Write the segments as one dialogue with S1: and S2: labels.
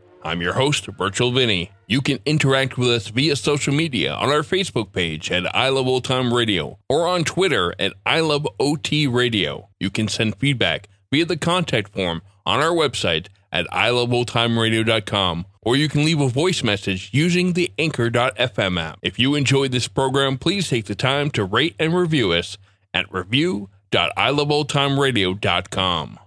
S1: I'm your host, Virtual Vinny. You can interact with us via social media on our Facebook page at I Love Old Time Radio or on Twitter at I Love OT Radio. You can send feedback via the contact form on our website at iloveoldtimeradio.com or you can leave a voice message using the anchor.fm app. If you enjoyed this program, please take the time to rate and review us at review.iloveoldtimeradio.com.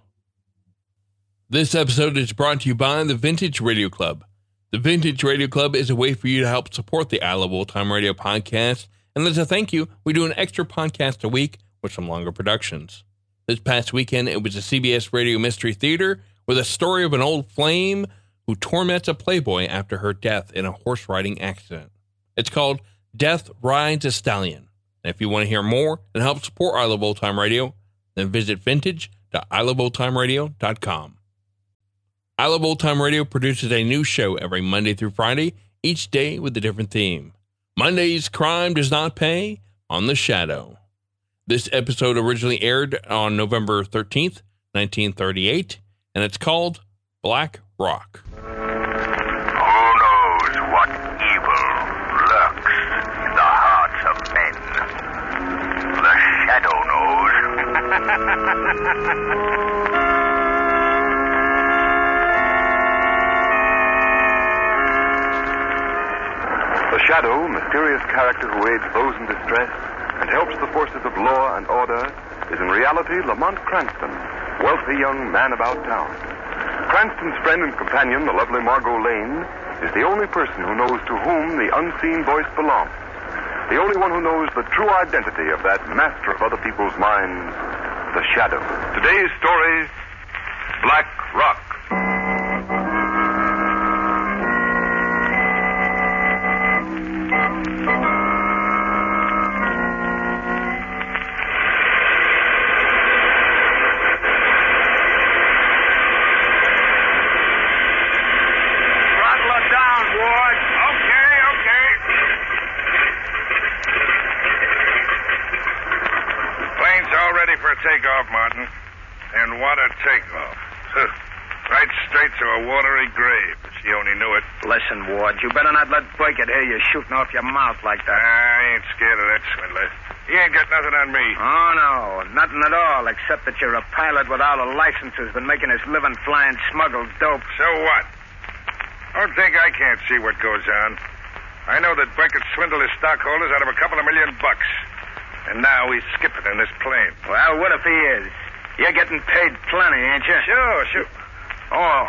S1: This episode is brought to you by the Vintage Radio Club. The Vintage Radio Club is a way for you to help support the I Love Old Time Radio podcast. And as a thank you, we do an extra podcast a week with some longer productions. This past weekend, it was the CBS Radio Mystery Theater with a story of an old flame who torments a playboy after her death in a horse riding accident. It's called Death Rides a Stallion. And if you want to hear more and help support I Love Old Time Radio, then visit vintage.iloveoldtimeradio.com. I Love Old Time Radio produces a new show every Monday through Friday, each day with a different theme. Monday's Crime Does Not Pay on The Shadow. This episode originally aired on November 13th, 1938, and it's called Black Rock.
S2: Who knows what evil lurks in the hearts of men? The shadow knows.
S3: The shadow, mysterious character who aids those in distress and helps the forces of law and order, is in reality Lamont Cranston, wealthy young man about town. Cranston's friend and companion, the lovely Margot Lane, is the only person who knows to whom the unseen voice belongs. The only one who knows the true identity of that master of other people's minds, the shadow. Today's story Black Rock.
S2: Throttle her down, Ward. Okay, okay. Plane's all ready for a takeoff, Martin. And what a takeoff. right straight to a watery grave, if she only knew it.
S4: Listen, Ward, you better not let Burkett hear you shooting off your mouth like that.
S2: I ain't scared of that swindler. He ain't got nothing on me.
S4: Oh, no, nothing at all, except that you're a pilot without a license who's been making his living flying smuggled dope.
S2: So what? Don't think I can't see what goes on. I know that Beckett swindled his stockholders out of a couple of million bucks. And now he's skipping in this plane.
S4: Well, what if he is? You're getting paid plenty, ain't you?
S2: Sure, sure.
S4: Oh,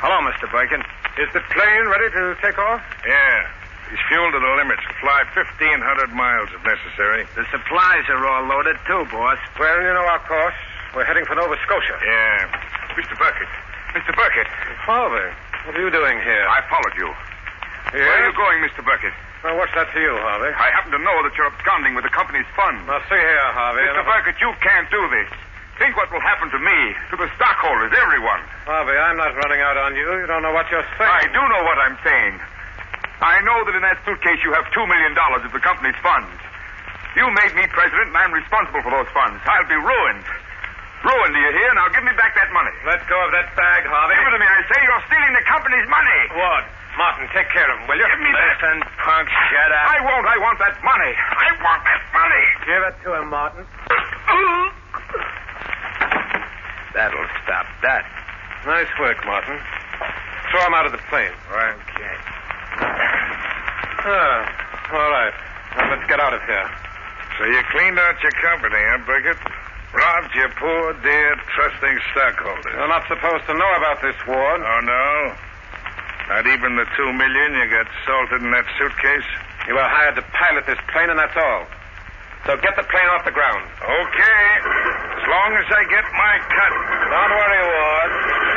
S4: hello, Mr. Burkett. Is the plane ready to take off?
S2: Yeah. He's fueled to the limits. Fly 1,500 miles if necessary.
S4: The supplies are all loaded, too, boss.
S5: Well, you know our course. We're heading for Nova Scotia.
S2: Yeah. Mr. Burkett. Mr. Burkett.
S5: Father, what are you doing here?
S2: I followed you. Where are you going, Mr. Burkett?
S5: Now, what's that to you, Harvey?
S2: I happen to know that you're absconding with the company's funds.
S5: Now, see here, Harvey.
S2: Mr. Burkett, you can't do this. Think what will happen to me, to the stockholders, everyone.
S5: Harvey, I'm not running out on you. You don't know what you're
S2: I
S5: saying.
S2: do know what I'm saying. I know that in that suitcase you have $2 million of the company's funds. You made me president, and I'm responsible for those funds. I'll be ruined. Ruined, do you hear? Now give me back that money.
S5: Let go of that bag, Harvey.
S2: Give it to me, I say. You're stealing the company's money.
S6: Oh,
S5: Ward, Martin, take care of him, will you?
S2: Give me that.
S5: Listen, punk, shut up.
S2: I won't. I want that money. I want that money.
S5: Give it to him, Martin.
S4: That'll stop that.
S5: Nice work, Martin. Throw him out of the plane.
S2: Right.
S4: Okay.
S5: Ah, all right. Now, let's get out of here.
S2: So you cleaned out your company, huh, Burkett? Robbed your poor, dear, trusting stockholders.
S5: You're not supposed to know about this, Ward.
S2: Oh, no? Not even the two million you got salted in that suitcase?
S5: You were hired to pilot this plane, and that's all. So get the plane off the ground.
S2: Okay. As long as I get my cut.
S5: Don't worry, Ward.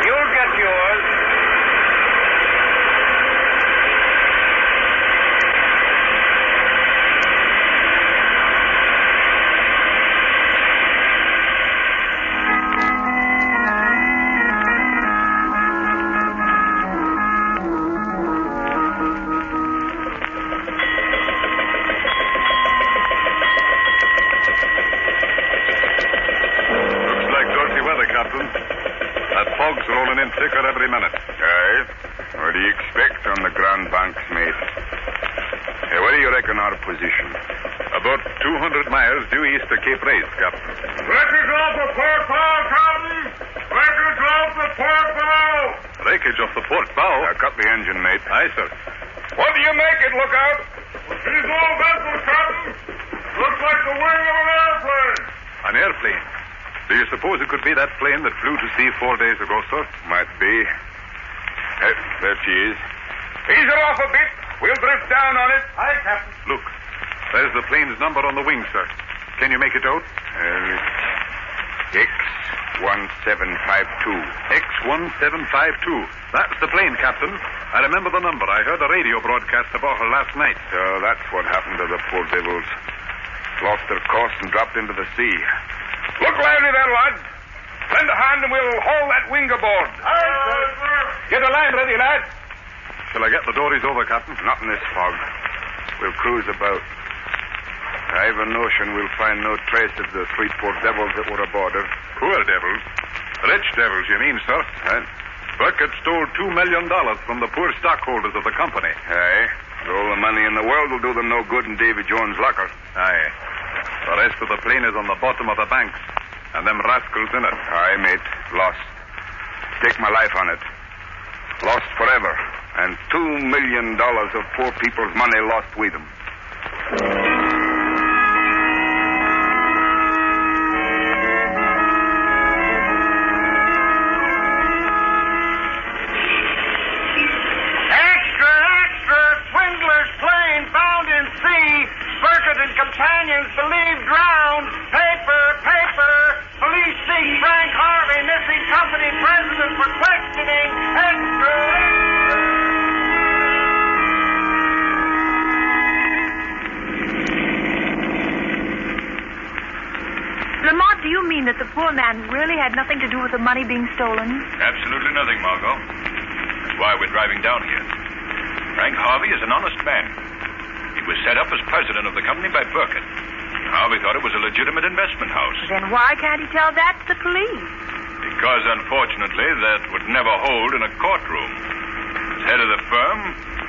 S5: You'll get yours.
S7: every minute.
S2: Aye. What do you expect on the Grand Banks, mate? Hey, what do you reckon our position?
S7: About 200 miles due east of Cape Race, Captain.
S2: Let us off the port bow, Captain! Let us off the port bow!
S7: Breakage off the port bow.
S2: Now, cut the engine, mate.
S7: Aye, sir.
S2: What do you make it, lookout? It is all vessel, Captain. Looks like the wing of an airplane.
S7: An airplane. Do you suppose it could be that plane that flew to sea four days ago, sir?
S2: Might be. Eh, there she is. Ease her off a bit. We'll drift down on it. Aye, Captain.
S7: Look, there's the plane's number on the wing, sir. Can you make it out?
S2: Uh, X1752.
S7: X1752. That's the plane, Captain. I remember the number. I heard a radio broadcast about her last night.
S2: So that's what happened to the poor devils. Lost their course and dropped into the sea. Look lively there, lads. Lend a hand and we'll haul that wing aboard. Aye, sir. Get the line ready, lads.
S7: Shall I get the dories over, Captain?
S2: Not in this fog. We'll cruise about. I've a notion we'll find no trace of the three poor devils that were aboard her.
S7: Poor devils. Rich devils, you mean, sir?
S2: Huh?
S7: Burkett stole two million dollars from the poor stockholders of the company.
S2: Aye. Eh? All the money in the world will do them no good in Davy Jones' locker.
S7: Aye. The rest of the plane is on the bottom of the banks, and them rascals in it.
S2: Aye, mate. Lost. Stake my life on it. Lost forever. And two million dollars of poor people's money lost with them.
S8: Extra, extra! Swindler's plane bound in sea. Burkett and companions believed drowned. Paper, paper! Police seek Frank Harvey, missing company president for questioning. Extra!
S9: Lamont, do you mean that the poor man really had nothing to do with the money being stolen?
S6: Absolutely nothing, Margot. That's why we're driving down here. Frank Harvey is an honest man. He was set up as president of the company by Burkett. Harvey thought it was a legitimate investment house.
S9: Then why can't he tell that to the police?
S6: Because, unfortunately, that would never hold in a courtroom. As head of the firm,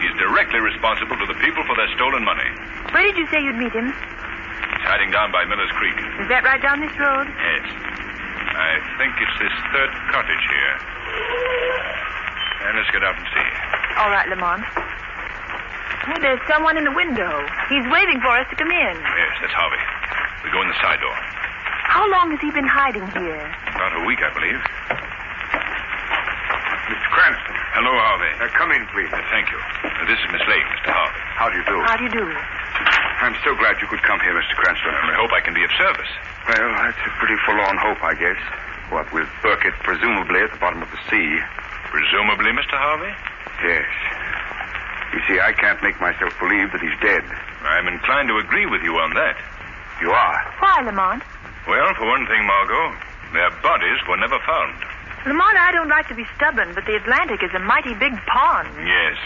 S6: he's directly responsible to the people for their stolen money.
S9: Where did you say you'd meet him?
S6: He's hiding down by Miller's Creek.
S9: Is that right down this road?
S6: Yes. I think it's this third cottage here. And let's get out and see.
S9: All right, Lamont. Oh, there's someone in the window. He's waiting for us to come in.
S6: Yes, that's Harvey. We go in the side door.
S9: How long has he been hiding here?
S6: About a week, I believe.
S2: Mr. Cranston.
S6: Hello, Harvey.
S2: Now, come in, please.
S6: Uh, thank you. Uh, this is Miss Lake, Mr. Harvey.
S2: How do you do?
S9: How do you do?
S2: I'm so glad you could come here, Mr. Cranston.
S6: I hope I can be of service.
S2: Well, that's a pretty forlorn hope, I guess. What with Burkett presumably at the bottom of the sea.
S6: Presumably, Mr. Harvey?
S2: Yes. You see, I can't make myself believe that he's dead.
S6: I'm inclined to agree with you on that.
S2: You are.
S9: Why, Lamont?
S6: Well, for one thing, Margot, their bodies were never found.
S9: Lamont, I don't like to be stubborn, but the Atlantic is a mighty big pond.
S6: Yes.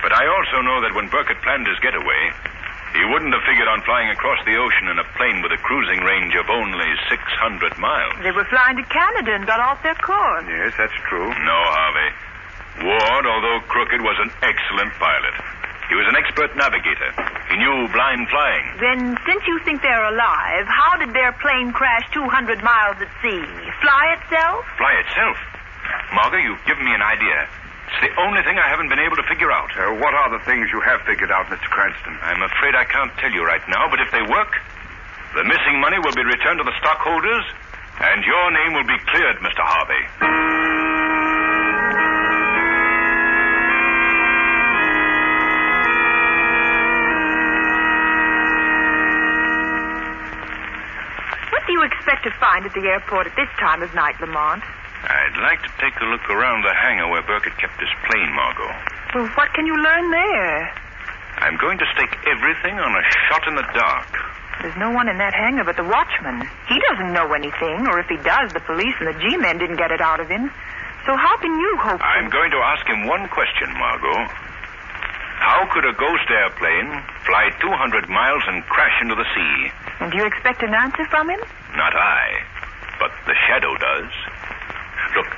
S6: But I also know that when Burkett planned his getaway, he wouldn't have figured on flying across the ocean in a plane with a cruising range of only 600 miles.
S9: They were flying to Canada and got off their course.
S2: Yes, that's true.
S6: No, Harvey. Ward, although crooked, was an excellent pilot. He was an expert navigator. He knew blind flying.
S9: Then, since you think they're alive, how did their plane crash 200 miles at sea? Fly itself?
S6: Fly itself. Margot, you've given me an idea. It's the only thing I haven't been able to figure out.
S2: Uh, what are the things you have figured out, Mr. Cranston?
S6: I'm afraid I can't tell you right now, but if they work, the missing money will be returned to the stockholders, and your name will be cleared, Mr. Harvey.
S9: What do you expect to find at the airport at this time of night, Lamont?
S6: I'd like to take a look around the hangar where Burkett kept his plane, Margot.
S9: Well, what can you learn there?
S6: I'm going to stake everything on a shot in the dark.
S9: There's no one in that hangar but the watchman. He doesn't know anything, or if he does, the police and the G-men didn't get it out of him. So how can you hope?
S6: I'm going to ask him one question, Margot. How could a ghost airplane fly 200 miles and crash into the sea?
S9: And do you expect an answer from him?
S6: Not I, but the shadow does. Look.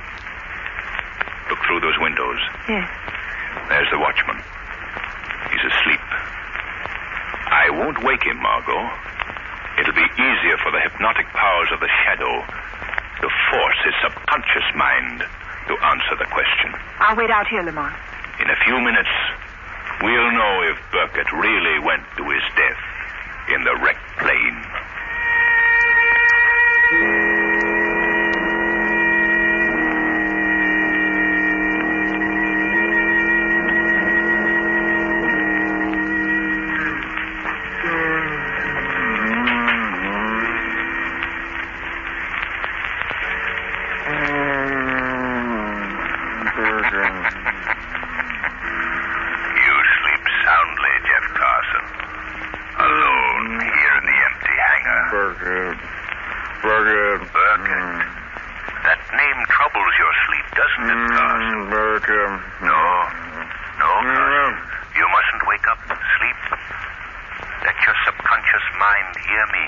S2: Look through those windows.
S10: Yes.
S2: There's the watchman. He's asleep. I won't wake him, Margot. It'll be easier for the hypnotic powers of the shadow to force his subconscious mind to answer the question.
S10: I'll wait out here, Lamont.
S2: In a few minutes, we'll know if Burkett really went to his death in the wrecked plane.
S6: You sleep soundly, Jeff Carson. Alone here in the empty hangar.
S5: Burger. Burger.
S6: Burkett. That name troubles your sleep, doesn't it, Carson?
S5: Burger.
S6: No. No, Carson.
S5: Mm.
S6: You mustn't wake up. Sleep. Let your subconscious mind hear me.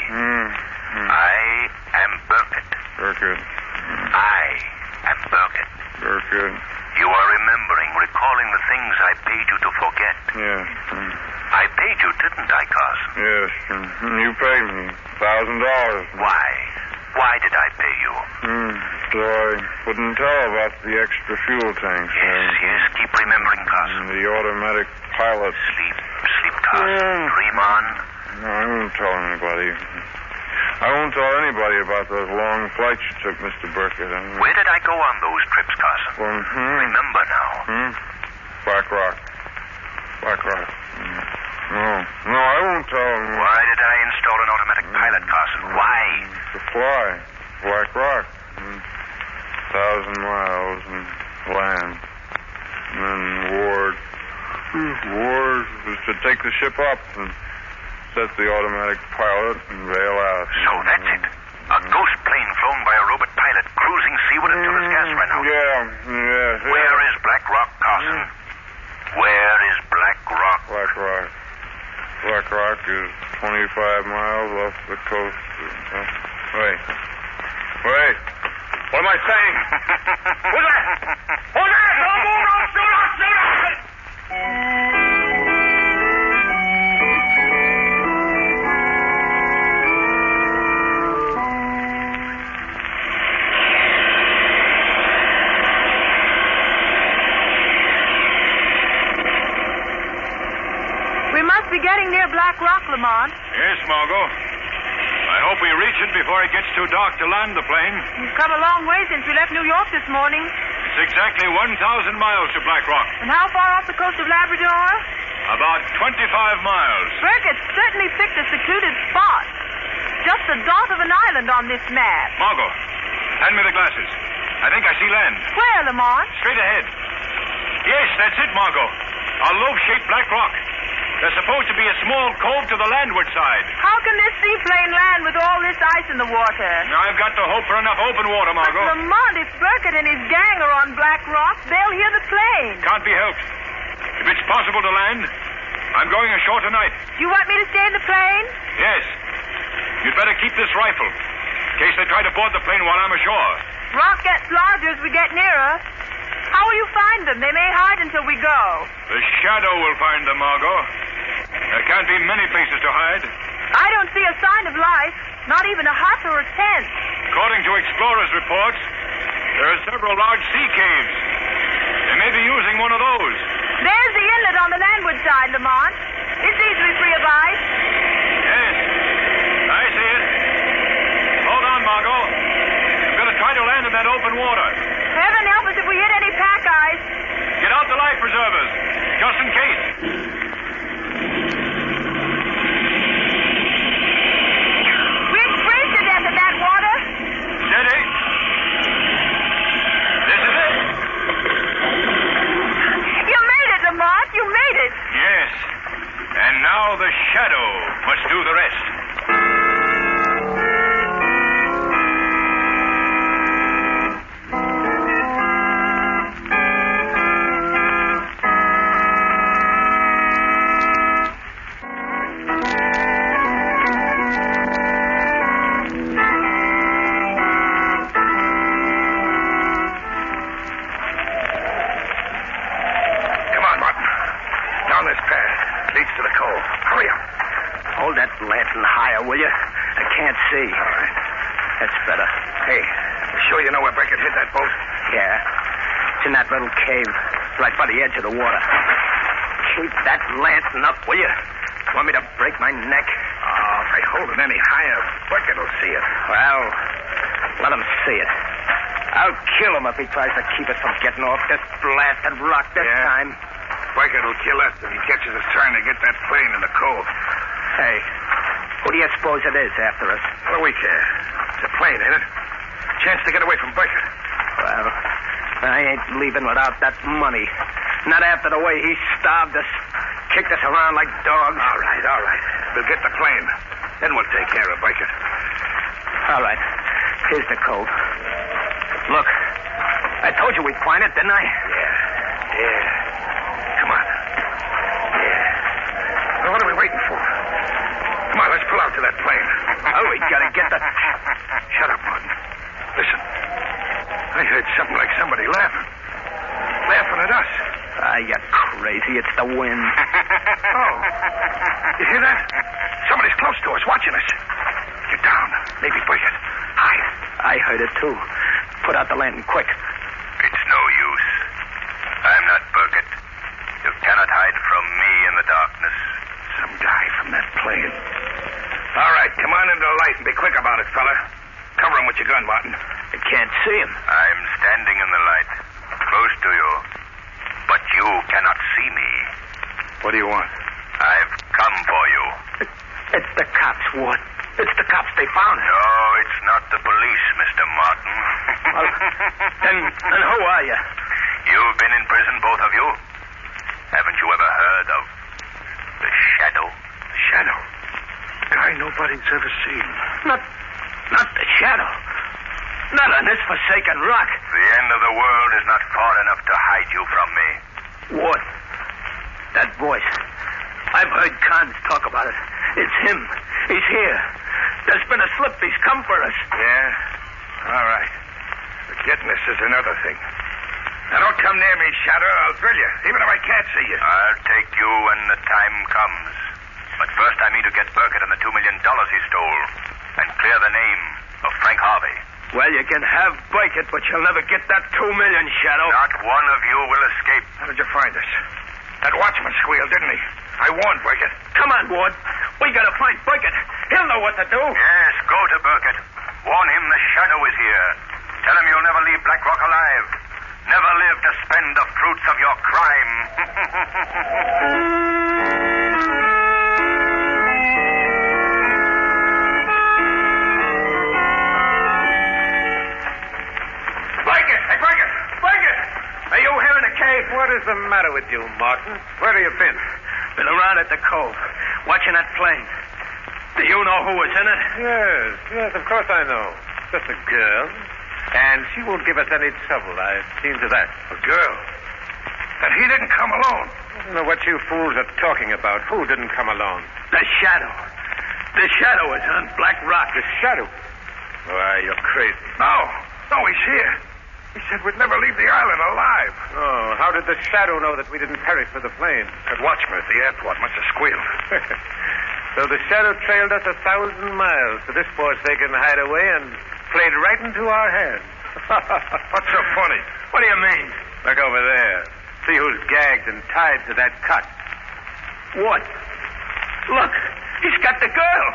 S6: I am mm. Burkett.
S5: Burger.
S6: I am Burkett.
S5: Burger.
S6: You are remembering, recalling the things I paid you to forget.
S5: Yes. um,
S6: I paid you, didn't I, Carson?
S5: Yes. um, You paid me thousand dollars. Hmm,
S6: Why? Why did I pay you?
S5: So I wouldn't tell about the extra fuel tanks.
S6: Yes,
S5: and-
S6: yes, keep remembering,
S5: and
S6: Carson.
S5: The automatic pilots.
S6: Sleep, sleep, Carson.
S5: Yeah.
S6: Dream on.
S5: No, I won't tell anybody. I won't tell anybody about those long flights you took, Mr. Burkett. And,
S6: Where did I go on those trips, Carson?
S5: Well, hmm,
S6: Remember now.
S5: hmm? Black Rock. Black Rock. Mm. No, no, I won't tell them.
S6: Why did I install an automatic
S5: Hmm.
S6: pilot, Carson? Why?
S5: To fly. Black Rock. Mm. Thousand miles and land. And then Ward. Ward was to take the ship up and set the automatic pilot and bail out.
S6: So that's it. A ghost plane flown by a robot pilot cruising seaward until his gas ran out.
S5: Mm, Yeah, Hmm. yeah. yeah.
S6: Where is Black Rock, Carson? Where is Black Rock?
S5: Black Rock. Black Rock is 25 miles off the coast. of- huh? Wait. Wait. What am I saying? Who's that? Who's that? Don't move, don't shoot, don't shoot, don't shoot.
S10: We must be getting near Black Rock, Lamont.
S2: Yes, Margot. I hope we reach it before it gets too dark to land the plane.
S10: You've come a long way since you left New York this morning.
S2: It's exactly 1,000 miles to Black Rock.
S10: And how far off the coast of Labrador?
S2: About 25 miles.
S10: Burkett certainly picked a secluded spot. Just the dot of an island on this map.
S2: Margot, hand me the glasses. I think I see land.
S10: Where, Lamont?
S2: Straight ahead. Yes, that's it, Margot. A lobe-shaped black rock. There's supposed to be a small cove to the landward side.
S10: How can this seaplane land with all this ice in the water?
S2: Now I've got to hope for enough open water,
S10: But um,
S2: Margot.
S10: Lamont, if Burkett and his gang are on Black Rock, they'll hear the plane.
S2: Can't be helped. If it's possible to land, I'm going ashore tonight.
S10: You want me to stay in the plane?
S2: Yes. You'd better keep this rifle in case they try to board the plane while I'm ashore.
S10: Rock gets larger as we get nearer. How will you find them? They may hide until we go.
S2: The shadow will find them, Margot. There can't be many places to hide.
S10: I don't see a sign of life, not even a hut or a tent.
S2: According to explorers' reports, there are several large sea caves. They may be using one of those.
S10: There's the inlet on the landward side, Lamont. It's easily free of ice.
S2: Yes, I see it. Hold on, Margot. I'm going to try to land in that open water.
S10: Heaven help us if we hit any pack ice.
S2: Get out the life preservers, just in case.
S10: We'd freeze to death in that water.
S2: Steady. This is it.
S10: You made it, Lamont. You made it.
S2: Yes. And now the shadow must do the rest.
S11: lantern higher, will you? I can't see. All right. That's better. Hey,
S6: Sure you know where Burkett hit that boat?
S11: yeah. It's in that little cave, right by the edge of the water.
S6: Keep that lantern up, will you? Want me to break my neck? Oh, if I hold it any higher, Burkett will see it.
S11: Well, let him see it. I'll kill him if he tries to keep us from getting off this blasted rock this
S6: Yeah.
S11: time.
S6: Burkett will kill us if he catches us trying to get that plane in the cove.
S11: Hey, who do you suppose it is after us?
S6: What do we care? It's a plane, ain't it? Chance to get away from Burkett.
S11: Well, I ain't leaving without that money. Not after the way he starved us, kicked us around like dogs.
S6: All right, all right. We'll get the plane. Then we'll take care of Burkett.
S11: All right. Here's the cove. Look, I told you we'd find it, didn't I?
S6: Yeah. Yeah. Come on. Yeah. Now, what are we waiting for? Come on, let's pull out to that plane.
S11: Oh, we gotta get the.
S6: Shut up, Martin. Listen. I heard something like somebody laughing. Laughing at us.
S11: Ah, you crazy. It's the wind.
S6: Oh. You hear that? Somebody's close to us, watching us. Get down. Maybe Burkett. Hide.
S11: I heard it, too. Put out the lantern quick.
S6: It's no use. I'm not Burkett. You cannot hide from me in the darkness. Some guy from that plane. All right, come on into the light and be quick about it, fella. Cover him with your gun, Martin.
S11: I can't see him.
S6: I'm standing in the light, close to you. But you cannot see me. What do you want? I've come for you.
S11: It's the cops, Ward. It's the cops. They found him.
S6: No, it's not the police, Mr. Martin.
S11: Well, then, then who are you?
S6: You've been in prison, both of you. Haven't you ever heard of the shadow? Shadow? Guy nobody's ever seen.
S11: Not, not the shadow. Not on this forsaken rock.
S6: The end of the world is not far enough to hide you from me.
S11: Ward, that voice. I've heard Cons talk about it. It's him. He's here. There's been a slip. He's come for us.
S6: Yeah? All right. But getting us is another thing. Now, don't come near me, Shadow. I'll drill you, even if I can't see you. I'll take you when the time comes. But first, I mean to get Burkett and the two million dollars he stole and clear the name of Frank Harvey.
S11: Well, you can have Burkett, but you'll never get that two million, Shadow.
S6: Not one of you will escape. How did you find us? That watchman squealed, didn't he? I warned Burkett.
S11: Come on, Ward. We gotta find Burkett. He'll know what to do.
S6: Yes, go to Burkett. Warn him the shadow is here. Tell him you'll never leave Black Rock alive. Never live to spend the fruits of your crime. Burkett! Hey, Burkett! Burkett! Are you here in the cave?
S4: What is the matter with you, Martin? Where have you been?
S11: Been around at the cove, watching that plane. Do you know who was in it?
S4: Yes, yes, of course I know. Just a girl. And she won't give us any trouble. I've seen to that.
S6: A girl. And he didn't come alone.
S4: I don't know what you fools are talking about. Who didn't come along?
S11: The shadow. The shadow is on Black Rock.
S4: The shadow. Why, you're crazy.
S6: No. No, he's here. He said we'd never leave the island alive.
S4: Oh, how did the shadow know that we didn't perish with the plane?
S6: That watchman at the airport must have squealed.
S4: so the shadow trailed us a thousand miles to this forsaken hideaway and played right into our hands.
S6: What's so funny?
S4: What do you mean? Look over there. See who's gagged and tied to that cot.
S11: What? Look, he's got the girl.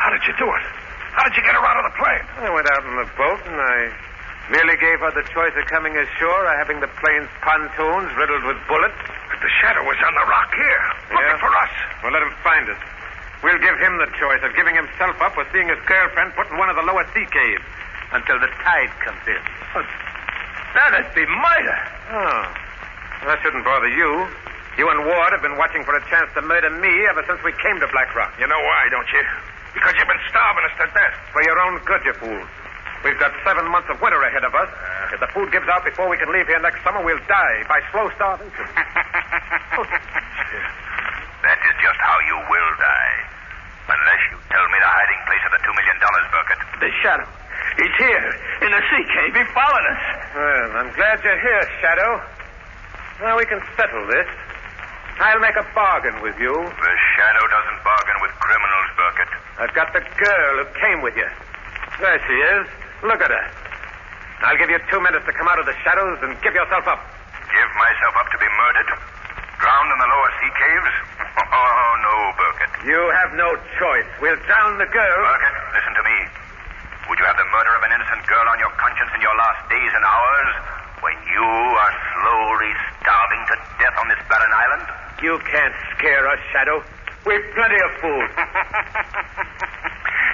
S6: How did you do it? How did you get her out of the plane?
S4: I went out in the boat and I merely gave her the choice of coming ashore or having the plane's pontoons riddled with bullets.
S6: But the shadow was on the rock here, looking
S4: Yeah?
S6: for us.
S4: Well, let him find us. We'll give him the choice of giving himself up or seeing his girlfriend put in one of the lower sea caves until the tide comes in.
S11: That'd be murder.
S4: Oh. Well, that shouldn't bother you. You and Ward have been watching for a chance to murder me ever since we came to Black Rock.
S6: You know why, don't you? Because you've been starving us to death.
S4: For your own good, you fools. We've got seven months of winter ahead of us.
S6: Uh.
S4: If the food gives out before we can leave here next summer, we'll die by slow starvation.
S6: That is just how you will die. Unless you tell me the hiding place of the two million dollars, Burkett.
S11: The shadow. He's here in the sea cave. He followed us.
S4: Well, I'm glad you're here, Shadow. Now we can settle this. I'll make a bargain with you.
S6: The shadow doesn't bargain with criminals, Burkett.
S4: I've got the girl who came with you. There she is. Look at her. I'll give you two minutes to come out of the shadows and give yourself up.
S6: Give myself up to be murdered? Drowned in the lower sea caves? Oh, no, Burkett.
S4: You have no choice. We'll drown the girl.
S6: Burkett, listen to me. Would you have the murder of an innocent girl on your conscience in your last days and hours when you are slowly starving to death on this barren island?
S4: You can't scare us, Shadow. We've plenty of food.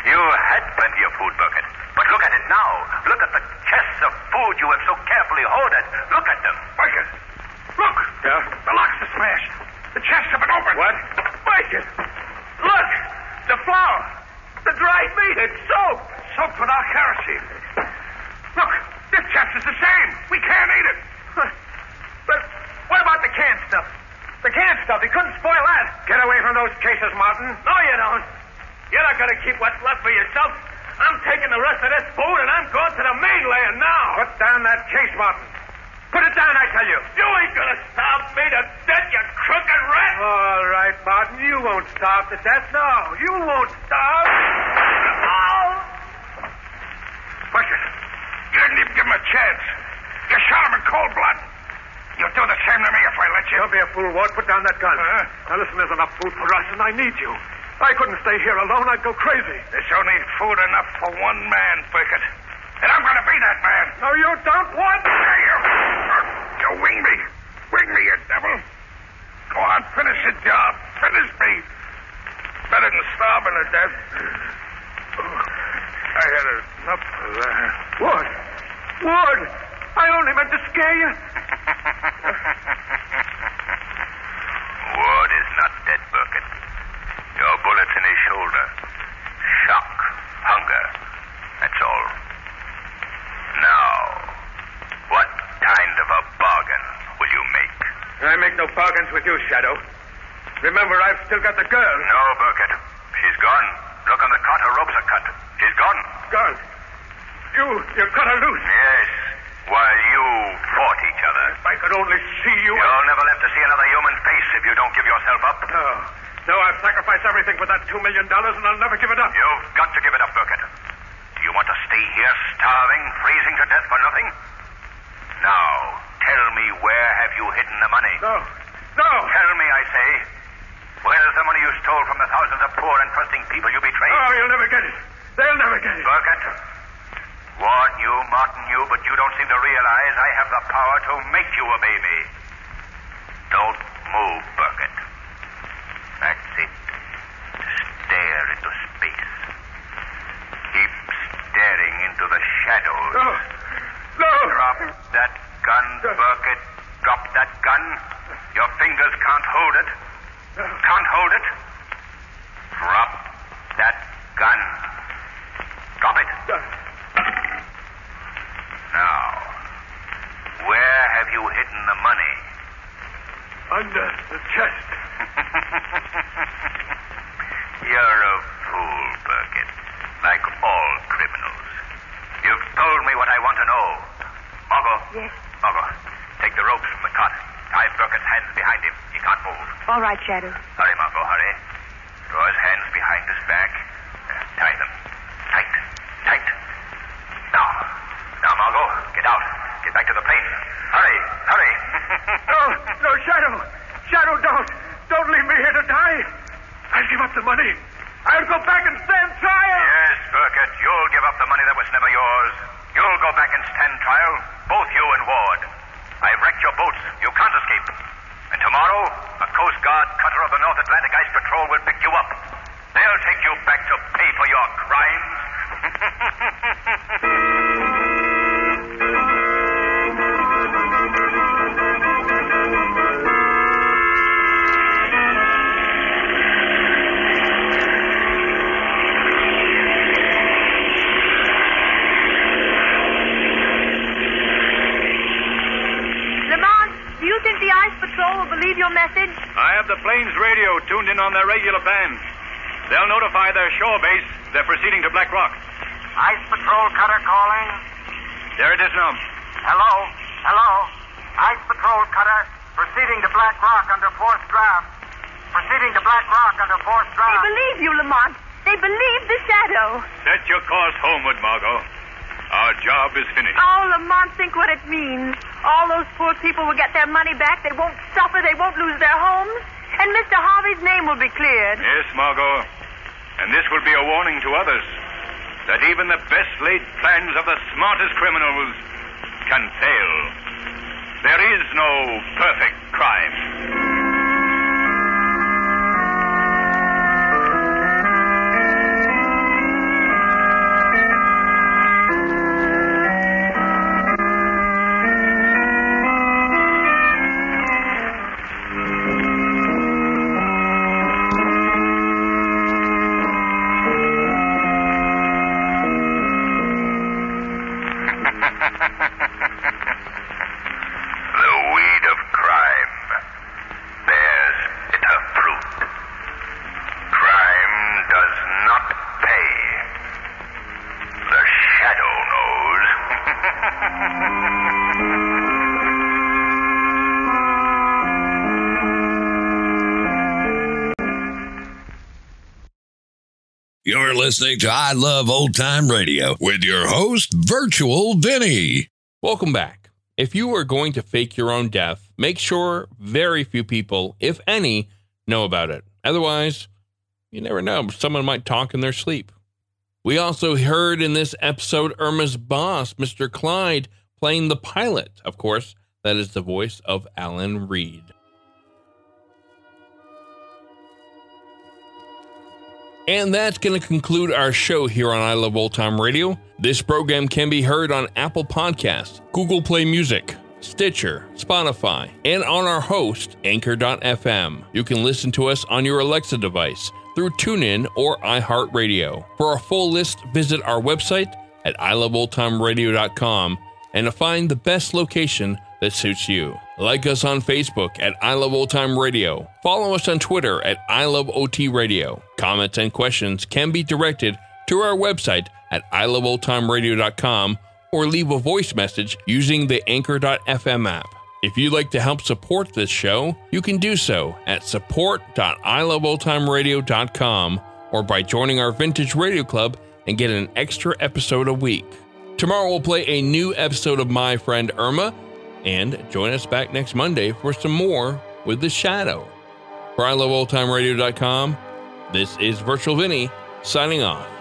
S6: You had plenty of food, Burkett. But look at it now. Look at the chests of food you have so carefully hoarded. Look at them.
S11: Burkett! Look!
S4: Yeah?
S11: The locks are smashed. The chests have been opened.
S4: What?
S11: Burkett! Look! The flour! The dried meat! It's soaked! Soaked with our kerosene. Look! This chest is the same. We can't eat it.
S8: But what about the canned stuff? The canned stuff, he couldn't spoil that.
S4: Get away from those cases, Martin.
S8: No, you don't. You're not going to keep what's left for yourself. I'm taking the rest of this food and I'm going to the mainland now.
S4: Put down that case, Martin. Put it down, I tell you.
S8: You ain't going to starve me to death, you crooked rat.
S4: All right, Martin. You won't starve to death. No, you won't starve.
S8: Oh!
S11: Burkett, you didn't even give him a chance. You shot him in cold blood. You'll do the same to me if I let you.
S4: Don't be a fool, Ward. Put down that gun.
S11: Huh?
S4: Now, listen, there's enough food for us, and I need you. I couldn't stay here alone. I'd go crazy.
S11: There's only food enough for one man, Burkett. And I'm going to be that man.
S4: No, you don't, Ward.
S11: There you. You wing me. Wing me, you devil. Go on, finish the job. Finish me. Better than starving to death. I had enough of that.
S4: Ward. Ward. I only meant to scare you.
S6: Wood is not dead, Burkett. Your bullet's in his shoulder. Shock, hunger. That's all. Now, what kind of a bargain will you make?
S4: I make no bargains with you, Shadow. Remember, I've still got the girl.
S6: No, Burkett. She's gone. Look on the cot. Her ropes are cut. She's gone.
S4: Gone. You, you cut her loose.
S6: Yes. While you fought each other.
S4: If I could only see you.
S6: You'll never live to see another human face if you don't give yourself up.
S4: No. No, I've sacrificed everything for that two million dollars, and I'll never give it up.
S6: You've got to give it up, Burkett. Do you want to stay here starving, freezing to death for nothing? Now, tell me where have you hidden the money?
S4: No. No.
S6: Tell me, I say. Where's the money you stole from the thousands of poor and trusting people you betrayed?
S4: Oh, you'll never get it. They'll never get it.
S6: Burkett, warn you, Martin you, but you don't seem to realize I have the power to make you obey me. Don't move, Burkett. That's it. Stare into space. Keep staring into the shadows.
S4: No. No.
S6: Drop that gun,
S4: No.
S6: Burkett. Drop that gun. Your fingers can't hold it. Can't hold it. Drop that gun. Drop it. Now, where have you hidden the money?
S4: Under the chest.
S6: You're a fool, Burkett. Like all criminals. You've told me what I want to know. Margot.
S10: Yes?
S6: Margot, take the ropes from the cot. Tie Burkett's hands behind him. He can't move.
S10: All right, Shadow.
S6: Hurry, Margot, hurry. Draw his hands behind his back. Uh, tie them. Tight. Tight. Now. Now, Margot, get out. Get back to the plane. Hurry. Hurry.
S4: No, no, Shadow. Shadow, don't. Don't leave me here to die. I'll give up the money. I'll go back and stand trial.
S6: Yes, Burkett, you'll give up the money that was never yours. You'll go back and stand trial, both you and Ward. I've wrecked your boats. You can't escape. And tomorrow, a Coast Guard cutter of the North Atlantic Ice Patrol will pick you up. They'll take you back to pay for your crimes.
S10: Lamont, do you think the Ice Patrol will believe your message?
S2: I have the plane's radio tuned in on their regular band. They'll notify their shore base they're proceeding to Black Rock.
S12: Ice Patrol cutter calling.
S2: There it is now.
S12: Hello? Hello? Ice Patrol cutter.
S4: Proceeding to Black Rock under forced draft. Proceeding to Black Rock under forced draft.
S10: They believe you, Lamont. They believe the shadow.
S13: Set your course homeward, Margot. Our job is finished.
S10: Oh, Lamont, think what it means. All those poor people will get their money back. They won't suffer. They won't lose their homes. And Mr. Harvey's name will be cleared.
S13: Yes, Margot. And this will be a warning to others that even the best laid plans of the smartest criminals can fail. There is no perfect crime.
S6: The weed of crime bears bitter fruit. Crime does not pay. The shadow knows.
S14: You're listening to I Love Old Time Radio with your host, Virtual Vinny.
S1: Welcome back. If you are going to fake your own death, make sure very few people, if any, know about it. Otherwise, you never know. Someone might talk in their sleep. We also heard in this episode Irma's boss, Mr. Clyde, playing the pilot. Of course, that is the voice of Alan Reed. And that's going to conclude our show here on I Love Old Time Radio. This program can be heard on Apple Podcasts, Google Play Music, Stitcher, Spotify, and on our host, Anchor.fm. You can listen to us on your Alexa device through TuneIn or iHeartRadio. For a full list, visit our website at iloveoldtimeradio.com and to find the best location that suits you. Like us on Facebook at I Love Old Time Radio. Follow us on Twitter at I Love OT Radio. Comments and questions can be directed to our website at iloveoldtimeradio.com or leave a voice message using the anchor.fm app. If you'd like to help support this show, you can do so at support.iloveoldtimeradio.com or by joining our Vintage Radio Club and get an extra episode a week. Tomorrow we'll play a new episode of My Friend Irma and join us back next Monday for some more with The Shadow. For iloveoldtimeradio.com, this is Virtual Vinny signing off.